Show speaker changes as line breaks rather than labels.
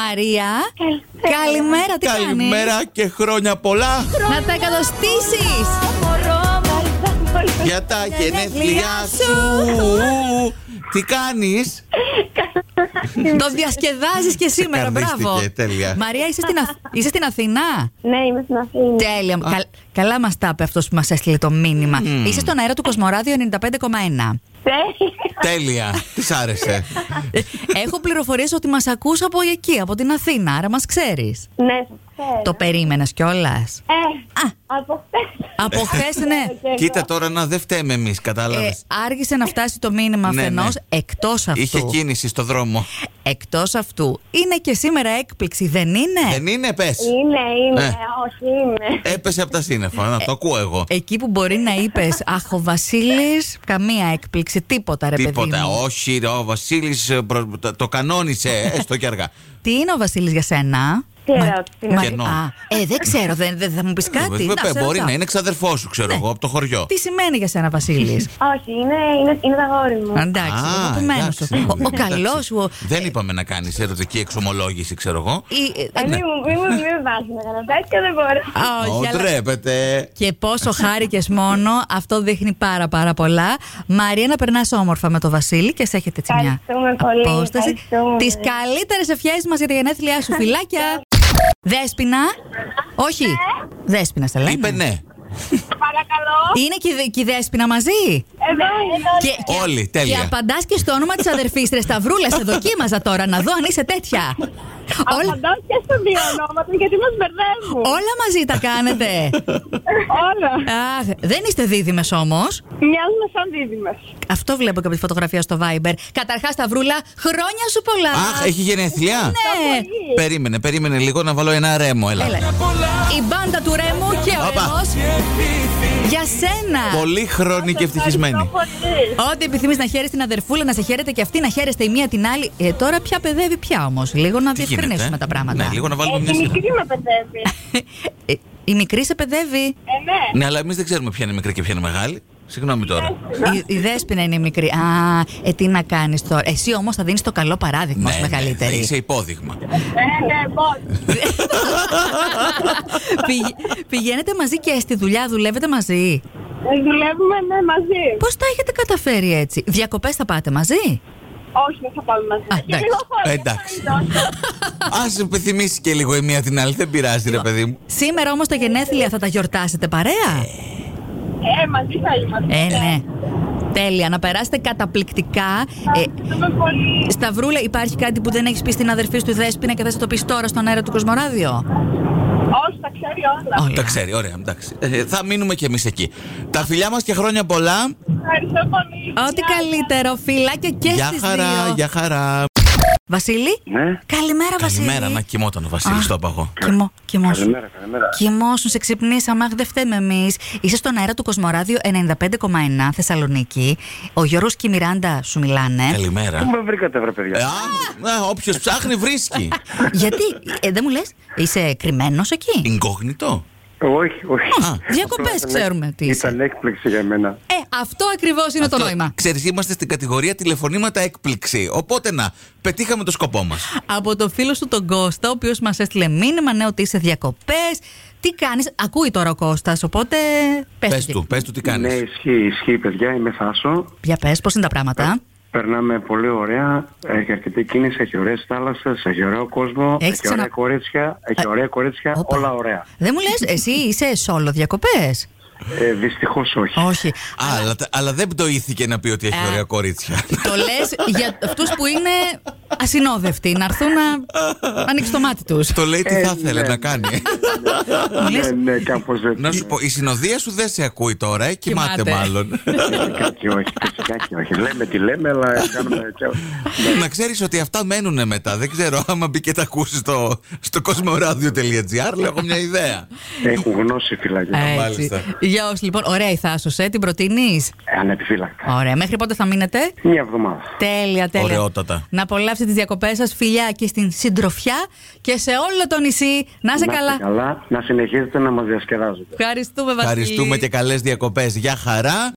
Μαρία, καλημέρα, τι κάνεις?
Καλημέρα και χρόνια πολλά
Να τα εκατοστήσεις!
για τα γενέθλιά σου. Τι κάνεις
Το διασκεδάζεις και σήμερα, μπράβο!
Καρδίστηκε, τέλεια.
Μαρία, είσαι στην, Αθ- είσαι στην Αθηνά?
Ναι, είμαι στην Αθήνα.
Τέλεια. Καλ- καλά μας τα είπε αυτός που μας έστειλε το μήνυμα. Είσαι στον αέρα του Κοσμοράδιο 95,1.
Τέλεια.
Τέλεια, τι άρεσε
Ε, Έχω πληροφορίες ότι μας ακούς από εκεί, από την Αθήνα, άρα μας ξέρεις.
Ναι, σας ξέρω.
Το περίμενες κιόλας.
Ε,
Α.
από χθες.
Από χθες, ναι.
Και εγώ.
Κοίτα τώρα να δεν φταίμε εμείς,
Ε,
κατάλαβες
άργησε να φτάσει το μήνυμα
Ναι,
αφενός,
ναι.
εκτός αυτού.
Είχε κίνηση στο δρόμο
Εκτός αυτού, είναι και σήμερα έκπληξη, δεν είναι?
Δεν είναι, πες
Είναι, είναι,
Ε.
όχι είναι.
Ε,
Έπεσε από τα σύννεφα, να το ακούω εγώ
Εκεί που μπορεί να είπες Αχ, ο Βασίλης, καμία έκπληξη, τίποτα ρε παιδί.
Τίποτα,
μου».
όχι ρε, ο Βασίλης ε, προ- το- το κανόνισε, ε, έστω και αργά
Τι είναι ο Βασίλης για σένα,
Τι ερώτηση είναι.
Κενό.
Α, ε, δεν ξέρω, δεν, δεν θα μου πεις κάτι.
Ε, Βέβαια,
Να, σε
Μπορεί
ρωτάω. Ναι.
να είναι ξαδερφός σου, ξέρω εγώ, από το χωριό
Τι σημαίνει για σένα, Βασίλης.
Όχι, είναι, είναι, είναι το αγόρι μου.
Εντάξει,
Α,
αγαπημένο
εντάξει,
σου. Ο, ο
εντάξει.
καλό σου. ο-
Δεν είπαμε να κάνεις ερωτική εξομολόγηση, ξέρω εγώ.
η- ε,
Ε, μη μου, μη μου, μη με βάζεις να κάνω τέτοια, δεν μπορώ.
α, όχι,
Ω,
αλλά-
Ντρέπεται.
Και πόσο χάρηκες μόνο, αυτό δείχνει πάρα πάρα πολλά. Μαρία, να περνάς όμορφα με τον Βασίλη και σε έχετε έτσι μια
Ευχαριστούμε πολύ,
απόσταση.
ευχαριστούμε.
Τις καλύτερες ευχές μας για τα γενέθλιά σου, φιλάκια. Δέσπινα. Όχι. Δέσπινα, σε λένε.
Είπε ναι.
Παρακαλώ. Ε,
Είναι και, η Δε- και η Δέσπινα μαζί.
Εδώ
Και,
είναι.
και-
Όλοι, τέλεια.
Και απαντάς και στο όνομα της αδερφής Ρε Σταυρούλα, σε δοκίμαζα τώρα να δω αν είσαι τέτοια. όλα,
Απαντάω και στα δύο ονόματα γιατί μας μπερδεύουν.
όλα μαζί τα κάνετε.
Όλα.
Αχ, δεν είστε δίδυμες όμως.
Μοιάζουμε σαν δίδυμες.
Αυτό βλέπω και από τη φωτογραφία στο Viber. Καταρχάς, Σταυρούλα, χρόνια σου πολλά.
Αχ, έχει γενεθλιά.
Ναι.
Περίμενε, περίμενε λίγο να βάλω ένα ρέμο,
Έλα.
έλα.
Η μπάντα του Ρέμου και ο
Όπα.
Ρέμος Για σένα.
Πολύ χρόνη και ευτυχισμένη.
πολύ.
Ό,τι επιθυμείς να χαίρεσαι την αδερφούλα, να σε χαίρεται και αυτή, να χαίρεστε η μία την άλλη. Ε, τώρα πια παιδεύει πια όμως. Λίγο να
Τι γίνεται,
διευκρινίσουμε
ε?
τα πράγματα.
Ναι, λίγο να βάλουμε μια
Ε, η
σειρά.
μικρή με παιδεύει.
Ε, η μικρή σε παιδεύει.
Ε, ναι.
Ναι, αλλά εμείς δεν ξέρουμε ποια είναι μικρή και ποια είναι μεγάλη. Συγγνώμη τώρα.
Η, η δέσπινα είναι η μικρή. Α, ε, τι να κάνεις τώρα. Εσύ όμως θα δίνεις το καλό παράδειγμα ως μεγαλύτερη.
θα Ναι, είσαι υπόδειγμα.
Ε, ναι, πώς.
Πηγ- πηγαίνετε μαζί και στη δουλειά, δουλεύετε μαζί.
Ε, Δουλεύουμε, ναι, μαζί.
Πώς τα έχετε καταφέρει έτσι. Διακοπές θα πάτε μαζί.
Όχι, δεν θα πάμε μαζί. Λοιπόν,
Α,
Και
εντάξει.
λίγο χώρο,
Εντάξει.
θα είναι τόσο.
Ας επιθυμήσεις και λίγο η μία την άλλη, δεν πειράζει,
Ε,
ρε παιδί μου.
Σήμερα όμως τα γενέθλια θα τα γιορτάσετε παρέα.
Ε, μαζί θα είμαστε.
Ε, ναι. Τέλεια, να περάσετε καταπληκτικά. Ε,
Ευχαριστούμε πολύ.
Σταυρούλα, υπάρχει κάτι που δεν έχεις πει στην αδερφή σου τη Δέσποινα και θα σε το πεις τώρα στον αέρα του Κοσμοράδιο.
Όχι, τα ξέρει όλα.
Όλα.
Τα ξέρει, ωραία, εντάξει. Ε, Θα μείνουμε κι εμείς εκεί. Τα φιλιά μας και χρόνια πολλά.
Ευχαριστώ πολύ.
Ό,τι καλύτερο, φιλάκια και
Γεια
στις
χαρά,
δύο.
γεια χαρά.
Βασίλη.
Ναι,
Καλημέρα, Βασίλη.
Καλημέρα, να κοιμόταν ο Βασίλης
Α.
στο απαγό.
Κοιμό, κοιμόσου.
καλημέρα, καλημέρα.
Κοιμόσου, σε ξυπνήσαμε. Αχ, δεν φταίμε εμείς. Είσαι στον αέρα του Κοσμοράδιο 95,1 Θεσσαλονίκη. Ο Γιώργος και η Μιράντα σου μιλάνε.
Καλημέρα.
Πού με βρήκατε, βρε
Ε,
παιδιά.
α, α, Όποιος ψάχνει βρίσκει.
Γιατί, ε, δεν μου λες, είσαι κρυμμένος εκεί.
Ινκόγνητο.
Όχι, όχι.
Διακοπέ
Απλά ήταν
ξέρουμε
έκ-
τι είσαι.
Ήταν έκπληξη για μένα.
Ε, αυτό ακριβώς είναι το νόημα.
Ξέρεις, είμαστε στην κατηγορία τηλεφωνήματα έκπληξη. Οπότε να, πετύχαμε το σκοπό μας.
Από το φίλο σου τον Κώστα, ο οποίος μας έστειλε μήνυμα, ναι, ότι είσαι διακοπές. Τι κάνεις, ακούει τώρα ο Κώστας, οπότε πες
Πες του, πες του τι
Ναι,
κάνεις.
ισχύει, ισχύει, παιδιά. Είμαι Θάσο.
Για πες, πώς είναι τα πράγματα.
Περνάμε πολύ ωραία. Έχει αρκετή κίνηση, έχει ωραίες θάλασσες, έχει ωραίο κόσμο.
Έχεις
έχει ωραία
ξανα-
κορίτσια, έχει
Ε,
ωραία κορίτσια.
όπα.
Όλα ωραία.
Δεν μου λες, εσύ είσαι σόλο διακοπές.
Ε, Δυστυχώς όχι.
Όχι.
Α, αλλά, τα- αλλά δεν πτωήθηκε να πει ότι έχει
Ε.
ωραία κορίτσια.
Το λες για αυτούς που είναι ασυνόδευτοι, να έρθουν να ανοίξει το μάτι τους.
Το λέει τι
Ε,
θα ήθελε
ναι.
να κάνει.
ναι, ναι, κάπως δεν.
Να σου πω, η συνοδεία σου δεν σε ακούει τώρα, ε, κοιμάται
Κοιμάται.
μάλλον.
Φυσικά και Ε, όχι, φυσικά και όχι. Λέμε τι λέμε, αλλά κάνουμε. και- Ναι.
Να ξέρεις ότι αυτά μένουν μετά. Δεν ξέρω άμα μπει και τα ακούσεις στο, στο κοσμοradio.gr. Λέω έχω μια ιδέα.
Έχουν γνώση φυλακή.
Έτσι.
ναι, μάλιστα.
Για όσου λοιπόν, ωραία η Θάσο, ε, την προτείνεις.
Ε, Ανεπιφύλακτα.
Ωραία, μέχρι πότε θα μείνετε.
Μια εβδομάδα.
Τέλεια, τέλεια.
Ωραιότατα.
Να απολαύσετε τις διακοπές σας, φιλιά και στην συντροφιά και σε όλο το νησί. Να είσαι
Να είστε
καλά.
καλά. Να συνεχίζετε να μας διασκεδάζετε.
Ευχαριστούμε, Βασίλη.
Ευχαριστούμε και καλές διακοπές. Γεια χαρά.